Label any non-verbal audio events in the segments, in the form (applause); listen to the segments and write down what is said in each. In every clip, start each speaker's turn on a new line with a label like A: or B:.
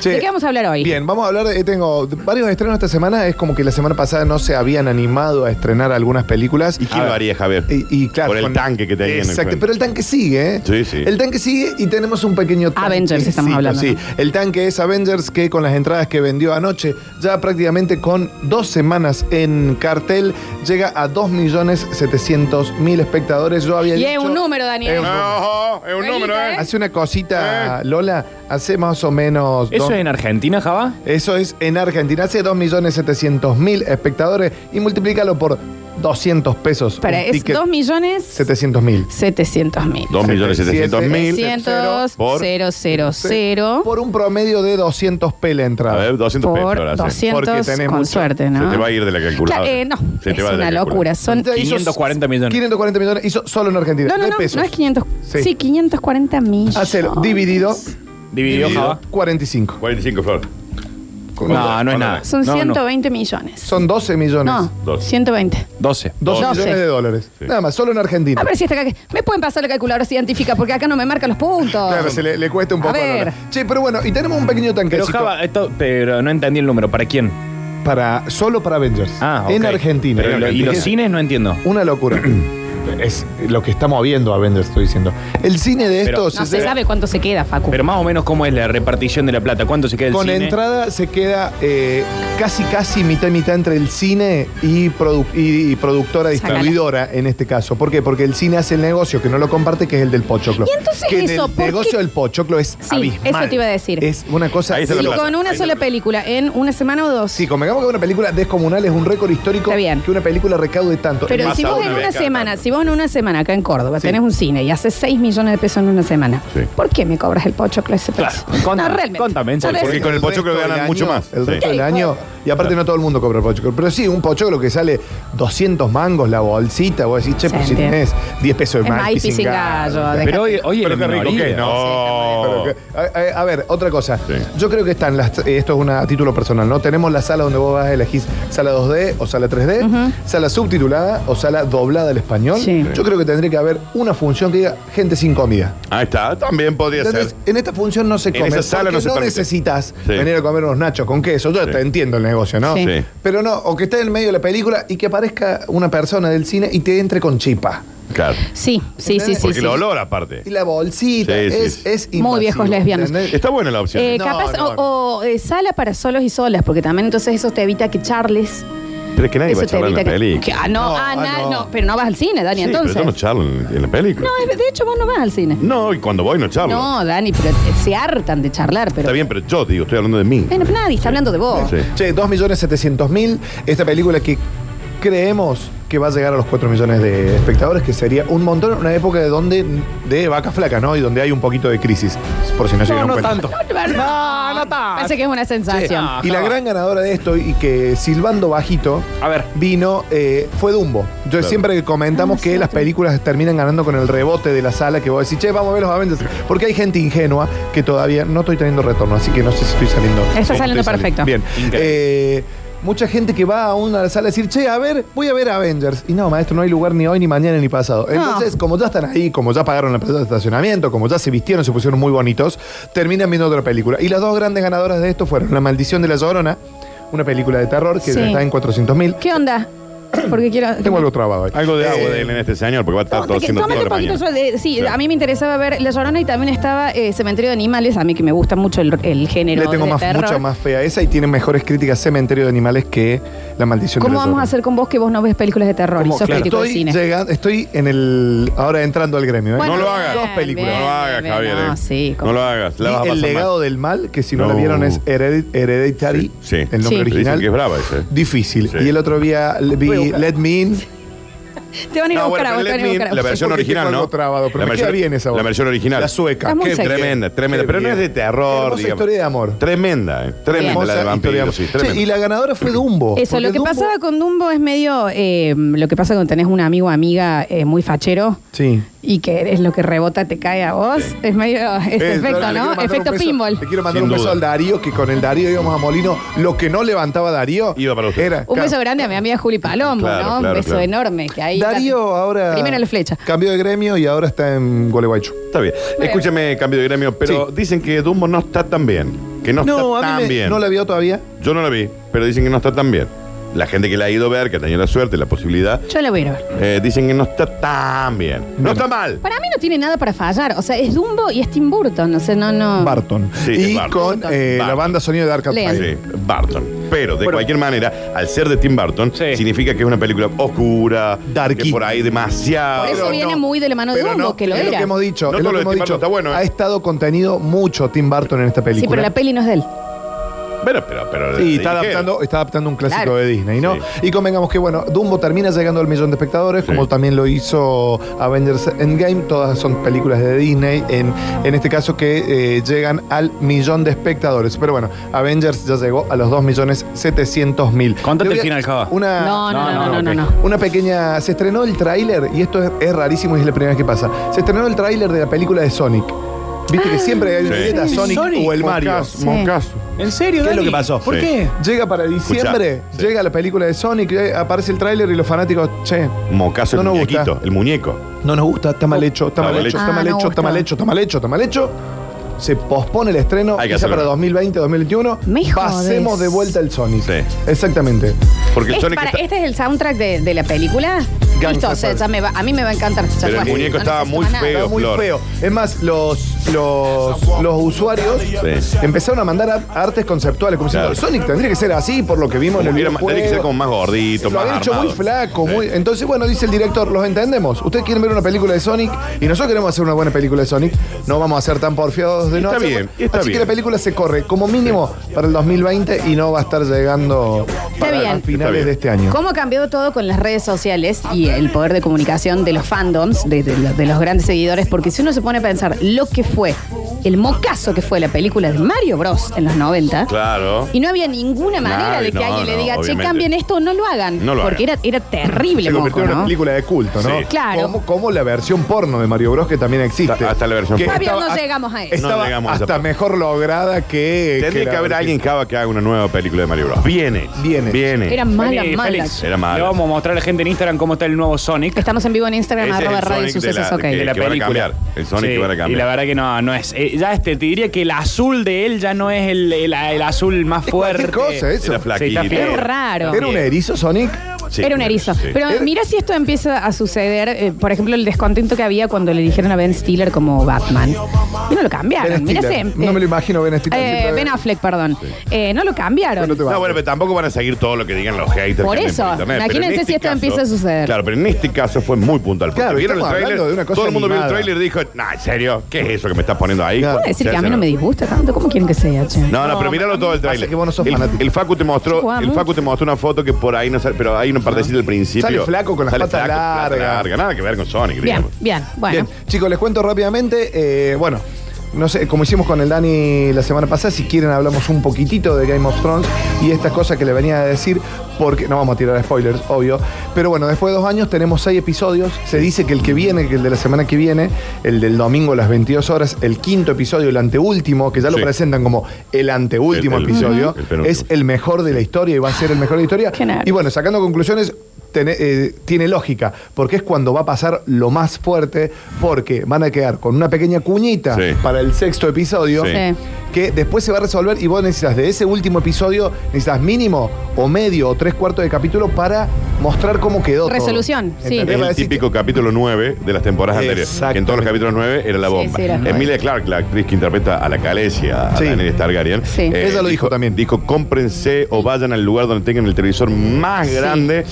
A: Che,
B: ¿De qué vamos a hablar hoy?
A: Bien, vamos a hablar, de- eh, tengo varios estrenos esta semana, es como que la semana pasada no se habían animado a estrenar algunas películas.
C: ¿Y quién
A: A
C: lo
A: ver,
C: haría, Javier?
A: Y, y claro,
C: Por el tanque que tenía en el
A: Exacto,
C: frente.
A: pero el tanque sigue, ¿eh?
C: Sí, sí.
A: El tanque sigue y tenemos un pequeño tanque.
B: Avengers estamos hablando,
A: Sí, el tanque es Avengers que con las entradas que vendió anoche, ya prácticamente con dos semanas en cartel, llega a 2.700.000 espectadores. Yo había
B: Y
A: dicho,
B: es un número, Daniel.
A: Es un número.
C: No, Ah, es un
B: Buenito,
C: número, ¿eh?
B: ¿eh?
A: Hace una cosita, Lola, hace más o menos...
D: ¿Eso
A: dos-
D: es en Argentina, Java?
A: eso es en Argentina. Hace 2.700.000 espectadores y multiplícalo por 200 pesos.
B: Para,
A: un
B: es
A: ticket,
B: 2 millones
A: 700.000.
B: 700 mil.
C: 2.700.000.
B: 700
C: Por-
B: 000
A: Por un promedio de 200 p la entrada.
C: A ver, 200 pesos
B: por
C: ahora. sí.
B: 200
A: Porque tenés
B: con
A: mucho.
B: suerte, ¿no?
C: Se te va a ir de la
B: Claro,
C: calculadora.
B: eh, no,
C: Se
B: es
C: te va de
B: una
C: la calculadora.
B: locura. Son...
A: Entonces,
D: 540 millones.
A: 540 millones hizo solo en Argentina.
B: No, no,
A: de
B: no,
A: pesos.
B: no es 500.
A: Sí.
B: Sí, 540 millones.
A: Hacelo, dividido.
D: ¿Dividió, Java?
A: 45.
C: 45, Flor.
D: No, no es nada.
B: Son
D: No, no.
B: 120 millones.
A: Son 12 millones.
B: no,
C: Dos.
B: 120.
D: 12.
A: 12
B: Doce. Ah,
A: millones de dólares.
C: Sí.
A: Nada más, solo en Argentina.
B: A ver si está acá. ¿Me pueden pasar la calculadora científica? Porque acá no me marcan los puntos.
A: Claro, se le, le cuesta un
B: A
A: poco.
B: ver.
A: Lola. Che, pero bueno, y tenemos un pequeño
D: Pero
A: tanquecito
D: Java, esto, pero no entendí el número. ¿Para quién?
A: para, solo para Avengers.
D: Ah, ok.
A: En Argentina.
D: Pero lo- ¿Y los cines? No entiendo.
A: Una locura. (clears throat) es lo que estamos viendo, Avengers, estoy diciendo. El cine de
D: Pero-
A: estos eh,
B: No se
A: de-
B: sabe cuánto se queda, Facu.
D: Pero más o menos, ¿cómo es la repartición de la plata? ¿Cuánto se queda el
A: con
D: cine?
A: entrada se queda eh, casi, casi mitad y mitad entre el cine y, produ- y- y productora,
B: Sácala.
A: distribuidora en este caso. ¿Por qué? Porque el cine hace el negocio que no lo comparte, que es el del pochoclo.
B: Y entonces
A: que en
B: eso,
A: el
B: ¿por
A: negocio
B: qué?
A: del pochoclo es
B: Sí,
A: abismal.
B: eso te iba a decir.
A: Es una cosa...
C: Ahí está
B: Si
C: la plata.
B: con una
C: Ahí
B: sola
C: está la
B: película en una semana o dos.
A: Sí, convengamos que una película descomunal es un récord histórico
B: Está bien.
A: que una película recaude tanto.
B: Pero
C: Más
B: si
C: aún
B: vos en
C: una
B: una
C: vez cada
B: semana,
C: tanto.
B: si vos en una semana acá en Córdoba
A: Sí.
B: tenés un cine y haces 6 millones de pesos en una semana,
C: Sí.
B: ¿por qué me cobras el pochoclo ese precio?
D: Claro. Contame,
B: (laughs) no, realmente.
D: contame, en
B: No,
D: serio.
B: realmente.
C: Porque con el pochoclo
A: resto del
C: ganan
A: año-
C: mucho más.
A: El
C: Sí.
A: resto
B: Sí.
A: del año. Y aparte no todo el mundo cobra el pochoclo. Pero sí, un pochoclo que sale 200 mangos la bolsita. Vos decís, che,
B: Se
A: pues si
B: entiende.
A: tenés 10 pesos de
B: Es
A: más.
B: maíz sin gallo. dejate.
D: Pero hoy, hoy
C: Pero qué
D: es la
C: rico
D: minoría.
C: que no.
A: a, a- a ver, otra cosa.
C: Oh. Sí.
A: Yo creo que están las. eh, Esto es una, a título personal, ¿no? Tenemos la sala donde vos vas a elegir sala 2D o sala 3D, sala subtitulada o sala doblada al español.
B: Sí.
A: Yo creo que tendría que haber una función que diga gente sin comida.
C: Ahí está, también podría
A: Entonces,
C: ser.
A: en esta función no se
C: En
A: come.
C: esa sala
A: porque
C: no se permite.
A: necesitas
C: Sí.
A: venir a comer unos nachos con queso. Yo te entiendo el negocio, ¿no?
B: Sí.
C: Sí.
A: Pero no, o que esté en el medio de la película y que aparezca una persona del cine y te entre con chipa.
C: Claro.
B: Sí, sí, sí, sí.
C: Porque
B: sí.
C: el olor, aparte.
A: Y la bolsita.
C: Sí, sí,
A: es,
C: sí.
A: es
B: Muy
A: invasivo,
B: viejos lesbianos.
A: ¿entendés?
C: Está buena la opción.
B: Eh,
A: No,
B: capaz,
A: no,
B: o- o, eh, sala para solos y solas, porque también entonces eso te evita que charles.
C: pero es que nadie va a
B: eso te
C: pues charlar en
B: evita
C: la
B: que,
C: peli.
B: que- ah, no,
A: No,
B: ah, na-
A: no.
B: no. pero no vas al cine, Dani,
C: Sí,
B: entonces.
C: Pero yo no charlo en, en la película.
B: No, es- de hecho vos no vas al cine.
C: No, y cuando voy no charlo.
B: No, Dani, pero te- se hartan de charlar, pero.
C: Está bien, pero yo te digo, estoy hablando de mí.
B: Bueno, pero nadie está hablando de vos.
C: Sí.
A: Che, 2.700.000. Esta película que creemos que va a llegar a los 4 millones de espectadores, que sería un montón, una época de donde de vacas flacas, ¿no? Y donde hay un poquito de crisis, por si no, se
D: No,
A: dieron
D: no
A: cuenta.
D: tanto. No, no tanto.
B: Parece que es una sensación.
D: Sí.
A: Y la gran ganadora de esto, y que silbando bajito,
D: A ver.
A: vino, eh, fue Dumbo. Yo siempre que comentamos que las películas terminan ganando con el rebote de la sala, que vos decís, che, vamos a ver los Avengers. Porque hay gente ingenua que todavía no estoy teniendo retorno, así que no sé si estoy saliendo.
B: Está
A: Sí,
B: saliendo
A: estoy
B: perfecto.
A: Bien. Eh, mucha gente que va a una sala a decir, che, a ver, voy a ver Avengers. Y no, maestro, no hay lugar ni hoy, ni mañana, ni pasado. Entonces, como ya están ahí, como ya pagaron la plata de estacionamiento, como ya se vistieron, se pusieron muy bonitos, terminan viendo otra película. Y las dos grandes ganadoras de esto fueron La Maldición de la Llorona, una película de terror que
B: Sí.
A: ya está en 400 mil.
B: ¿Qué onda? Porque quiero.
A: Tengo algo trabado ahí.
C: Algo de agua
A: Eh,
C: de él en este señor, porque va a estar todo
B: Tómate que-
C: haciendo
B: tómate
C: toda
B: un
C: la
B: poquito
C: mañana.
B: de- Sí,
C: Claro.
B: a mí me interesaba ver La Llorona y también estaba eh, Cementerio de Animales. A mí que me gusta mucho el, el género.
A: Le tengo
B: de
A: más,
B: terror.
A: mucha más fea esa y tiene mejores críticas Cementerio de Animales que La Maldición de
B: ¿Cómo
A: la
B: vamos a
A: Llorona.
B: hacer con vos que vos no ves películas de terror y
D: ¿Cómo?
B: sos
D: Claro.
B: crítico de
A: Estoy,
B: cine?
A: llegando- estoy en el ahora entrando al gremio. ¿eh?
B: Bueno,
C: No lo hagas.
B: bien,
A: Dos películas.
B: bien,
C: no lo hagas,
B: bien,
C: Javier.
B: no,
C: eh.
B: sí,
C: no
B: como-
C: lo hagas. La
A: Y
C: vas a
A: el
C: pasar
A: legado del mal, que si no, la
C: No.
A: vieron es Hered- Hereditary,
C: Sí, sí.
A: el nombre
B: Sí.
C: Dicen
A: original.
C: que es brava
A: ¿eh?
C: ese.
A: Difícil.
C: Sí.
A: Y el otro día le- vi
D: Voy a buscar.
A: Let Me In.
B: Te van a ir a
C: No,
B: buscar
C: bueno,
B: a vos, te
C: pero
B: van a ir a buscar a
C: Let Me In, la
B: vos.
C: versión
A: Porque
C: original,
A: tengo
C: ¿no?
A: algo trabado, pero
C: la,
A: me
C: versión,
A: queda bien esa voz.
C: la versión original.
A: La sueca.
B: Está muy
A: Qué
B: sexy.
C: Tremenda, tremenda.
A: Qué
C: Pero no
A: bien.
C: es de terror,
A: Hermosa
C: digamos.
A: historia de amor.
C: Tremenda, eh. Tremenda la
A: Hermosa
C: del
A: historia de
C: vampiro,
A: amor.
C: sí,
A: Che,
C: tremenda.
A: y la ganadora fue Dumbo.
B: Eso,
A: porque
B: lo que
A: Dumbo-
B: pasaba con Dumbo es medio eh, lo que pasa cuando tenés un amigo o amiga eh, muy fachero.
A: Sí.
B: y que eres lo que rebota, te cae a vos. Es medio ese
A: Eh,
B: efecto,
A: le quiero
B: ¿no?
A: mandar
B: Efecto
A: un beso-
B: pinball.
A: Le quiero mandar
C: Sin
A: un beso
C: duda.
A: al Darío, que con el Darío íbamos a Molino. Lo que no levantaba Darío
C: Iba para usted.
A: era.
B: Un beso grande a mi amiga Juli Palombo,
C: Claro,
B: ¿no?
C: claro,
B: un beso
C: claro.
B: enorme que ahí.
A: Darío ahora.
B: Primero la flecha.
A: Cambió de gremio y ahora está en Gualeguaychú.
C: Está bien. Escúchame, cambio de gremio, pero dicen que Dumbo no está tan bien. Que no,
A: No,
C: está
A: a mí
C: tan
A: me-
C: bien.
A: no la vio todavía.
C: Yo no la vi, pero dicen que no está tan bien. La gente que la ha ido a ver, que ha tenido la suerte, la posibilidad,
B: Yo la voy a ir a ver.
C: eh, dicen que no está tan bien. No está mal.
B: Para mí no tiene nada para fallar. O sea, es Dumbo y es Tim Burton. No sé, no, no.
A: Barton.
C: Sí,
A: y
C: Barton.
A: con eh,
C: Barton.
A: la banda sonido de Dark Arcade
B: Lean.
A: Fire.
C: Sí, Barton. Pero de
D: Bueno.
C: cualquier manera, al ser de Tim Burton,
D: Sí.
C: significa que es una película oscura,
A: Darky.
C: que por ahí demasiado.
B: Por eso
A: Pero
B: viene
A: no,
B: muy de la mano de
A: pero
B: Dumbo,
A: no,
B: Ah, que lo
A: es
B: era.
A: lo que hemos dicho.
C: No
A: es lo
C: todo
A: que
C: lo
A: hemos
C: de Tim
A: dicho.
C: Burton está bueno, ¿eh?
A: Ha estado contenido mucho Tim Burton en esta
B: sí,
A: película.
B: pero la peli no es de él.
C: Pero, pero, pero.
A: Sí, está
C: dijeron.
A: adaptando, está adaptando un clásico
B: Claro.
A: de Disney, ¿no?
C: Sí.
A: Y convengamos que, bueno, Dumbo termina llegando al millón de espectadores,
C: Sí.
A: como también lo hizo Avengers Endgame. Todas son películas de Disney, en, en este caso que eh, llegan al millón de espectadores. Pero bueno, Avengers ya llegó a los 2.700.000 millones mil.
D: Contate el final, Java.
A: Una,
B: No, no, no,
D: No,
B: no, no,
D: no,
B: no.
D: ok.
A: una pequeña. Se estrenó el tráiler, y esto es, es rarísimo y es la primera vez que pasa. Se estrenó el tráiler de la película de Sonic. Viste que siempre hay una
C: Sí.
A: etiqueta Sonic,
D: Sonic,
A: o el Mario.
C: Moncaso,
B: Sí.
C: Moncaso.
D: ¿En serio,
A: ¿Qué es lo
D: Dani?
A: que pasó?
D: ¿Por
C: Sí.
D: qué?
A: Llega para diciembre,
C: Escuchá,
A: llega la película de Sonic, eh, aparece el tráiler y los fanáticos, che,
C: Moncaso
A: No
C: el
A: nos
C: muñequito,
A: gusta.
C: el muñeco.
A: no nos gusta, está mal hecho, está mal hecho, está
B: Ah,
A: mal
B: no
A: hecho, está mal
B: gusta.
A: hecho, está mal hecho, está mal hecho. Se pospone el estreno,
C: Hay que
A: quizá
C: hacerlo.
A: para 2020, 2021.
B: Me jodes.
A: Pasemos de vuelta el Sonic.
C: Sí.
A: Exactamente.
C: Porque el
B: Es
C: Sonic
B: para-
C: está-
B: Este es el soundtrack de, de la película.
A: Gangsta
B: Listo, o sea,
A: Style.
B: ya me va- a mí me va a encantar. Ya
C: Pero el
B: fue.
C: muñeco estaba
B: necesito
C: muy
B: más nada.
C: feo.
A: Está muy
C: Flor.
A: feo. Es más, los, los, los usuarios
C: Sí.
A: empezaron a mandar a- artes conceptuales, como
C: Claro.
A: diciendo, Sonic tendría que ser así, por lo que vimos en
C: Como
A: el
C: que era más-
A: videojuego".
C: tenía que ser como más gordito,
A: Lo
C: más
A: habían hecho
C: armado.
A: muy flaco,
C: Sí.
A: muy. Entonces, bueno, dice el director, los entendemos. Ustedes quieren ver una película de Sonic y nosotros queremos hacer una buena película de Sonic. No vamos a ser tan porfiados de
C: Está
A: noche.
C: bien, está
A: Así
C: bien.
A: que la película se corre como mínimo para el 2020 y no va a estar llegando para
B: bien.
A: los finales
C: bien.
A: de este año.
B: ¿Cómo ha cambiado todo con las redes sociales y el poder de comunicación de los fandoms, de, de lo- de los grandes seguidores? Porque si uno se pone a pensar lo que fue, el mocazo que fue la película de Mario Bros. en los 90,
C: Claro.
B: y no había ninguna manera
C: Nadie,
B: de que
C: no,
B: alguien le
C: no,
B: diga,
C: obviamente.
B: che, cambien esto o no lo hagan.
C: No lo
B: porque
C: hagan.
B: Era, era terrible,
A: Se convirtió
B: moco,
A: en una
B: ¿no?
A: película de culto, ¿no?
C: Sí.
B: Claro.
A: Como, como la versión porno de Mario Bros. que también existe.
C: Hasta- hasta la versión
A: Que
C: porno.
B: Todavía
A: estaba-
B: no llegamos a eso.
A: Estaba
C: No llegamos a esa
A: hasta
C: parte.
A: mejor lograda que.
C: Tendría
A: la
C: que haber
A: versión-
C: alguien, Java, que haga una nueva película de Mario Bros. Viene.
A: Viene.
C: Viene.
B: Era mala,
D: Félix,
B: mala.
D: Félix,
C: Era mala.
D: Le vamos a mostrar a la gente en Instagram cómo está el nuevo Sonic.
B: Estamos en vivo en Instagram,
C: Ese es el
B: arroba radio
C: Sonic de
B: sucesos,
C: la-
B: ok.
C: que- van a cambiar. El Sonic que van a cambiar.
D: Y la verdad que no, no es. eh, ya este, te diría que el azul de él ya no es el, el- el azul más fuerte.
A: cualquier cosa, ¿eh?
C: Era flaquito.
D: Sí, está
B: Es
D: feo.
B: raro.
A: ¿Era un erizo, Sonic?
C: Sí,
B: era un erizo.
C: sí.
B: Pero
A: Era-
B: mira si esto empieza a suceder. eh, por ejemplo, el descontento que había cuando le dijeron a Ben Stiller como Batman. Y no lo cambiaron.
A: Ben
B: Mira si,
A: Stiller.
B: eh,
A: No me lo imagino, Ben Stiller.
B: eh,
A: siempre-
B: ben Affleck, perdón. Eh, no lo cambiaron.
A: Pero no te
C: No, bueno, pero tampoco van a seguir todo lo que digan los haters.
B: Por
C: que
B: eso,
C: andan por internet.
B: imagínense
C: Pero en este
B: si esto empieza a suceder.
C: Claro, pero en este caso fue muy puntual. porque
A: Claro,
C: vieron el
A: estamos
C: tráiler,
A: hablando de una cosa
C: todo el mundo vio el
A: animada.
C: tráiler y dijo, nah, ¿en serio? ¿Qué es eso que me estás poniendo ahí?
A: Claro.
B: Puedo decir
C: Sí,
B: que a mí
C: sí,
B: no me disgusta tanto. ¿Cómo quieren que sea, che?
C: No, no, pero míralo todo el
A: pasa
C: tráiler.
A: que vos no sos
C: el,
A: fanático.
C: el Facu te
B: Yo
C: mostró,
B: jugaba
C: el
B: mucho.
C: Facu te mostró una foto que por ahí no sale, pero hay una partecita del principio.
A: Sale flaco con las
C: Sale
A: patas
C: flaco,
A: largas.
C: Nada que ver con Sonic,
B: Bien,
C: digamos.
B: bien. Bueno.
A: Bien, chicos, les cuento rápidamente. eh, bueno, no sé, como hicimos con el Dani la semana pasada, si quieren hablamos un poquitito de Game of Thrones y estas cosas que le venía a decir, porque no vamos a tirar spoilers, obvio. Pero bueno, después de dos años tenemos seis episodios. Se dice que el que viene, que el de la semana que viene, el del domingo a las 22 horas, el quinto episodio, el anteúltimo, que ya lo
C: Sí.
A: presentan como el anteúltimo
C: El- el-
A: episodio,
C: Ujú. el penúltimo.
A: es el mejor de la historia y va a ser el mejor de la historia.
B: Qué nervios.
A: Y bueno, sacando conclusiones, tiene, eh, tiene lógica, porque es cuando va a pasar lo más fuerte, porque van a quedar con una pequeña cuñita
C: Sí.
A: para el sexto episodio,
C: Sí.
B: Sí.
A: que después se va a resolver y vos necesitas de ese último episodio, necesitas mínimo o medio o tres cuartos de capítulo para mostrar cómo quedó. todo.
B: Resolución, sí.
A: ¿Entendés?
C: Es
A: Va a
C: el
A: decir,
C: típico capítulo 9 de las temporadas anteriores.
A: Exactamente.
C: Que en todos los capítulos 9 era la
B: Sí,
C: bomba.
B: sí, era.
C: Emilia Clark, la actriz que interpreta a la Calesia, a
A: Sí.
C: Daenerys Targaryen. eh,
B: Sí.
A: Ella lo dijo también.
C: Dijo, cómprense o vayan al lugar donde tengan el televisor más
B: Sí.
C: grande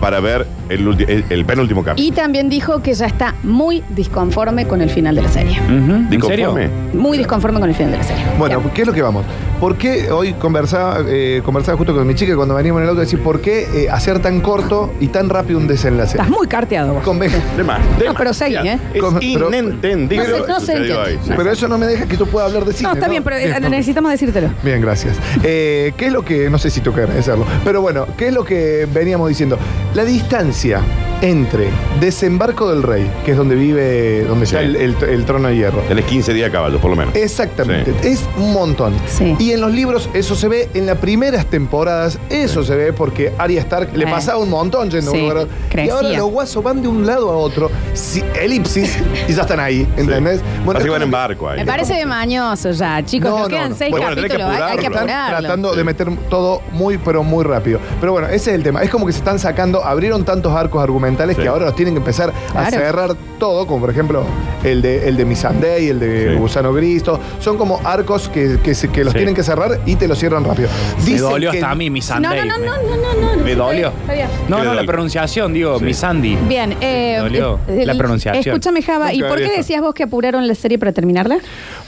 C: para ver el, ulti- el- el penúltimo capítulo.
B: Y también dijo que ya está muy disconforme con el final de la serie.
D: Ujú, ¿En serio?
C: ¿Disconforme?
B: Muy disconforme con el final de la serie.
A: Bueno,
B: Bien.
A: ¿qué es lo que vamos? ¿Por qué hoy conversaba, eh, conversaba justo con mi chica cuando veníamos en el auto? Decir, ¿por qué eh, hacer tan corto y tan rápido un desenlace?
B: Estás muy carteado vos.
A: Conven-
C: De más. de
B: No,
C: más.
B: pero seguí, ¿eh?
C: Es
A: Con- pero-
C: inentendible.
B: No se-
C: lo que
B: no se
C: sucedió
B: entiende.
C: ahí.
A: Pero eso no me deja que yo pueda hablar de cine.
B: No, está bien, pero eh,
A: Bien, ok.
B: necesitamos decírtelo.
A: Bien, gracias. Eh, ¿Qué es lo que, no sé si toca agradecerlo, pero bueno, ¿qué es lo que veníamos diciendo? La distancia entre Desembarco del Rey, que es donde vive, donde
C: Sí.
A: está el, el- el trono de hierro.
C: Tenés 15 días a caballo, por lo
A: Eh,
C: menos.
A: Exactamente, es un montón.
B: Sí.
A: Y en los libros eso se ve en las primeras temporadas, eso se ve porque Arya Stark le
B: Eh.
A: pasaba un montón yendo a
B: Sí,
A: un lugar. Y
B: crecía.
A: ahora los guasos van de un lado a otro, si- elipsis, (laughs) y ya están ahí, ¿entendés?
C: Así que
A: esto
C: van en
A: es-
C: barco ahí.
B: Me parece de mañoso ya, chicos.
A: No,
B: nos
A: no,
B: quedan
A: no.
B: seis
C: Bueno, tenés que
B: capítulos, hay, hay que
A: Están
C: apurarlo.
B: apurarlo.
A: ¿eh? tratando de meter todo muy, pero muy rápido. Pero bueno, ese es el tema. Es como que se están sacando, abrieron tantos arcos argumentales
C: Sí.
A: que ahora los tienen que empezar a
B: Claro.
A: cerrar todo, como por ejemplo el de, el de Missandei, el de
C: Sí.
A: Gusano Gristo. Son como arcos que, que se- que los
D: Sí.
A: tienen que cerrar y te los cierran rápido.
D: Me
A: Dicen
D: dolió
A: que-
D: hasta a mí, mi
B: No, no,
D: Sunday.
B: no, no, no, no, no.
D: Me dolió.
B: Está bien.
D: No,
C: ¿Qué
D: no,
C: le
D: la
C: dolió?
D: pronunciación, digo,
C: Sí.
D: mi Sandy.
B: Bien, eh,
D: Me dolió
B: eh,
D: la
B: el-
D: pronunciación.
B: Escúchame, Java, ¿y
A: Nunca
B: por qué
A: había-
B: decías vos que apuraron la serie para terminarla?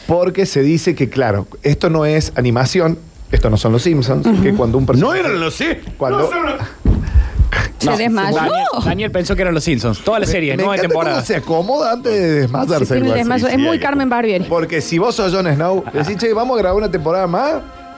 A: Porque se dice que, claro, esto no es animación, esto no son los Simpsons, que cuando un
C: No
A: personaje.
C: eran los sí.
A: Cuando-
C: No, son los-
B: Se desmayó.
D: Daniel, Daniel pensó que eran los Simpsons. Toda la serie,
A: Me
D: nueve
A: encanta cómo
D: temporadas.
A: se acomoda antes de desmayarse.
B: Sí, tiene
A: igual.
B: el desmayo.
C: sí,
B: es
C: sí,
B: muy
C: hay que-
B: Carmen Barbieri.
A: Porque si vos sos Jon Snow, decís, che, vamos a grabar una temporada más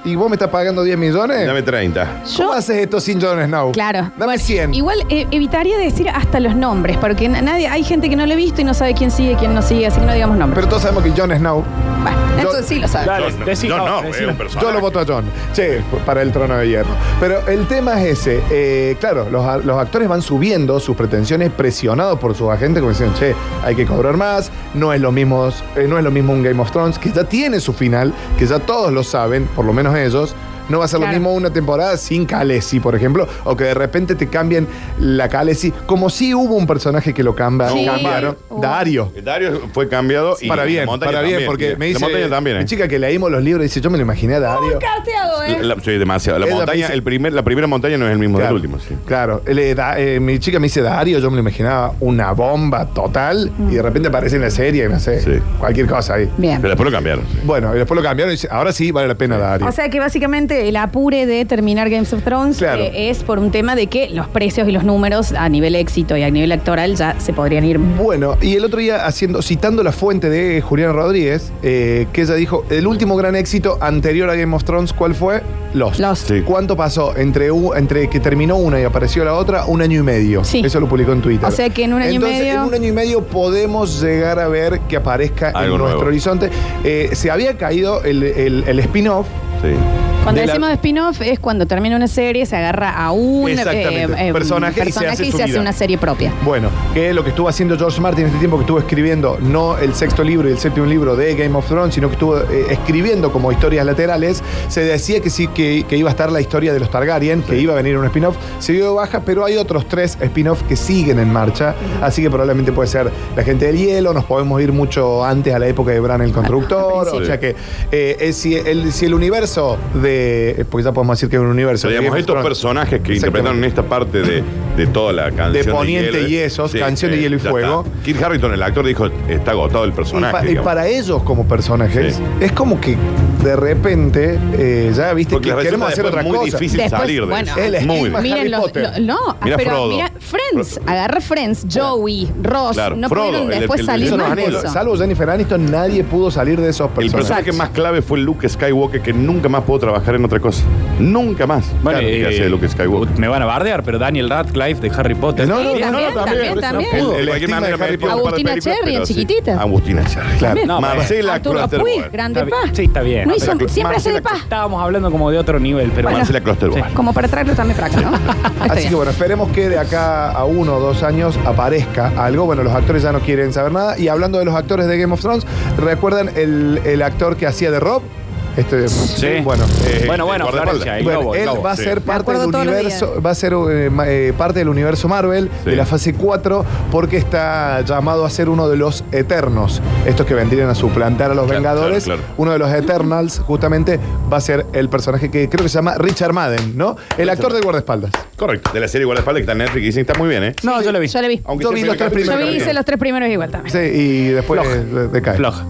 A: y vos me estás pagando 10 millones.
C: Dame 30.
A: ¿Cómo haces esto sin Jon Snow?
B: Claro.
A: Dame 100.
B: Igual eh, evitaría decir hasta los nombres, porque na- nadie, hay gente que no lo ha visto y no sabe quién sigue, quién no sigue, así que no digamos nombres.
A: Pero todos sabemos que Jon Snow,
B: bueno,
A: yo-
B: eso sí lo sabe.
D: Dale,
C: Yo no,
D: decí-
C: yo
D: no,
C: no,
D: decí-
C: es un
A: yo lo
C: personaje.
A: voto a Jon. Che, para el trono de hierro. Pero el tema es ese. eh, claro, los, a- los actores van subiendo sus pretensiones presionados por sus agentes como diciendo, che, hay que cobrar más, no es lo mismo, eh, no es lo mismo un Game of Thrones, que ya tiene su final, que ya todos lo saben, por lo menos ellos. No va a ser
B: Claro.
A: lo mismo una temporada sin Khaleesi, por ejemplo, o que de repente te cambien la Khaleesi, como si hubo un personaje que lo cambia,
B: Sí,
A: cambiaron,
B: hubo.
A: Dario.
C: Dario fue cambiado y
A: para bien,
C: la montaña
A: para bien,
C: también.
A: porque me dice
C: La montaña también.
A: mi
C: ¿eh?
A: chica que leímos los libros dice, yo me lo imaginé a Dario.
C: La- la- sí, demasiado. La
A: Ella
C: montaña,
A: dice-
C: el primer, la primera montaña no es el mismo
A: Claro,
C: del último, sí.
A: claro. Él, eh, da- eh, mi chica me dice Dario, yo me lo imaginaba una bomba total y de repente aparece en la serie, no sé,
C: Sí.
A: cualquier cosa ahí.
B: Bien.
C: Pero después lo cambiaron. sí.
A: Bueno, y después lo cambiaron y dice, ahora sí vale la pena Dario.
B: O sea que básicamente el apure de terminar Games of Thrones
A: Claro.
B: eh, es por un tema de que los precios y los números a nivel éxito y a nivel actoral ya se podrían ir.
A: Bueno, y el otro día haciendo, citando la fuente de Julián Rodríguez, eh, que ella dijo, el último gran éxito anterior a Game of Thrones, ¿cuál fue? Los.
B: Lost.
C: Sí.
A: ¿Cuánto pasó entre, u- entre que terminó una y apareció la otra? Un año y medio.
B: Sí.
A: Eso lo publicó en Twitter.
B: O sea que en un año y
A: Entonces,
B: medio-
A: En un año y medio podemos llegar a ver que aparezca
C: Algo
A: en nuestro
C: nuevo.
A: horizonte. Eh, se había caído el, el- el spin-off.
C: Sí.
B: Cuando
A: De la-
B: decimos spin-off es cuando termina una serie, se agarra a un eh,
A: Exactamente. Personaje y se
B: personaje
A: hace
B: y
A: su
B: se hace
A: vida.
B: una serie propia.
A: Bueno, que es lo que estuvo haciendo George Martin este tiempo que estuvo escribiendo no el sexto libro y el séptimo libro de Game of Thrones, sino que estuvo eh, escribiendo como historias laterales, se decía que sí que, que iba a estar la historia de los Targaryen, que iba a venir un spin-off, se dio de baja, pero hay otros tres spin-off que siguen en marcha, así que probablemente puede ser la gente del hielo, nos podemos ir mucho antes a la época de Bran el constructor, o
B: principio.
A: sea que eh, eh, si, el, si el universo de, eh, porque ya podemos decir que es un universo. de
C: digamos,
A: Game of
C: estos
A: Thrones-
C: personajes que
A: Exactamente.
C: interpretaron en esta parte de, de toda la canción.
A: De Poniente
C: hielo,
A: y Esos, Canción de Hielo y
C: ya
A: Fuego.
C: está. Kit Harrington, el actor, dijo: Está agotado el
A: Y, pa-
C: personaje.
A: y
C: digamos.
A: para ellos como personajes,
C: Sí.
A: es como que de repente, eh, ya viste,
C: Porque
A: que
C: la
A: queremos
C: resulta
A: hacer
C: después
A: otra
C: muy
A: cosa.
C: difícil
B: Después,
C: salir de
B: bueno.
C: eso.
A: El
C: Muy
A: estigma-
B: Miren
A: Harry
B: los,
A: Potter.
B: lo- no, ah,
C: Mira
B: pero
C: Frodo.
B: mira Friends,
C: Fro-
B: agarra Friends, Joey, Ross,
C: Claro,
B: no
C: Frodo,
B: pudieron
C: el-
B: después
C: el-
B: salir
A: Eso
C: el-
A: no es
B: más de
A: anhelo.
B: eso.
A: Salvo Jennifer Aniston, nadie pudo salir de esos
C: El
A: personajes.
C: personaje más clave fue Luke Skywalker, que nunca más pudo trabajar en otra cosa. Nunca más.
D: Bueno,
C: Claro, ¿qué
D: eh,
C: hace Luke Skywalker?
D: Me van a bardear, pero Daniel Radcliffe de Harry Potter.
A: No, no,
B: Sí,
A: no,
B: también,
A: no, El-
B: también, también.
A: el
C: De cualquier
A: estigma
C: manera
A: de Harry
C: metió
A: Potter.
C: un par de
B: Agustina
C: películas,
B: Cherry, en
C: pero sí.
B: chiquitita.
C: Agustina Cherry.
A: Claro.
D: No,
C: Marcela
B: Arturo Puig,
C: Klosterboer.
B: grande
D: Está
B: pa.
D: bien. Sí, está bien.
B: No hizo-
C: Marcela-
B: siempre hace de
C: Marcela-
B: pa.
D: Estábamos hablando como de otro nivel, pero bueno.
C: Marcela Klosterboer.
B: Como para traerlo también para acá, ¿no? Está
A: Así
B: bien.
A: que bueno, esperemos que de acá a uno o dos años aparezca algo. Bueno, los actores ya no quieren saber nada. Y hablando de los actores de Game of Thrones, ¿recuerdan el, el actor que hacía de Rob? Este,
D: Sí.
A: Bueno,
C: Eh,
D: bueno, bueno,
C: el
D: Florencia, el
A: Bueno,
D: globo, el
A: él
D: globo.
A: va a
C: sí.
A: ser
B: Me
A: parte
B: acuerdo
A: del
B: todos los
A: universo, va a ser eh, ma- eh, parte del universo Marvel
C: Sí.
A: de la fase 4 porque está llamado a ser uno de los Eternos, estos que vendrían a suplantar a los
C: Claro,
A: Vengadores.
C: claro, claro.
A: Uno de los Eternals justamente va a ser el personaje que creo que se llama Richard Madden, ¿no? El actor de guardaespaldas.
C: Correcto. De la serie Igual Espalda, que está en Netflix. Y dicen, está muy bien, ¿eh?
D: No, yo lo vi.
B: Yo le vi.
C: Aunque
A: Yo
C: sea
A: vi
C: el
A: los tres
C: primer
A: primeros
B: Yo vi,
C: capítulo.
B: hice los tres primeros igual también.
A: Sí, y después eh, decae.
D: Floja.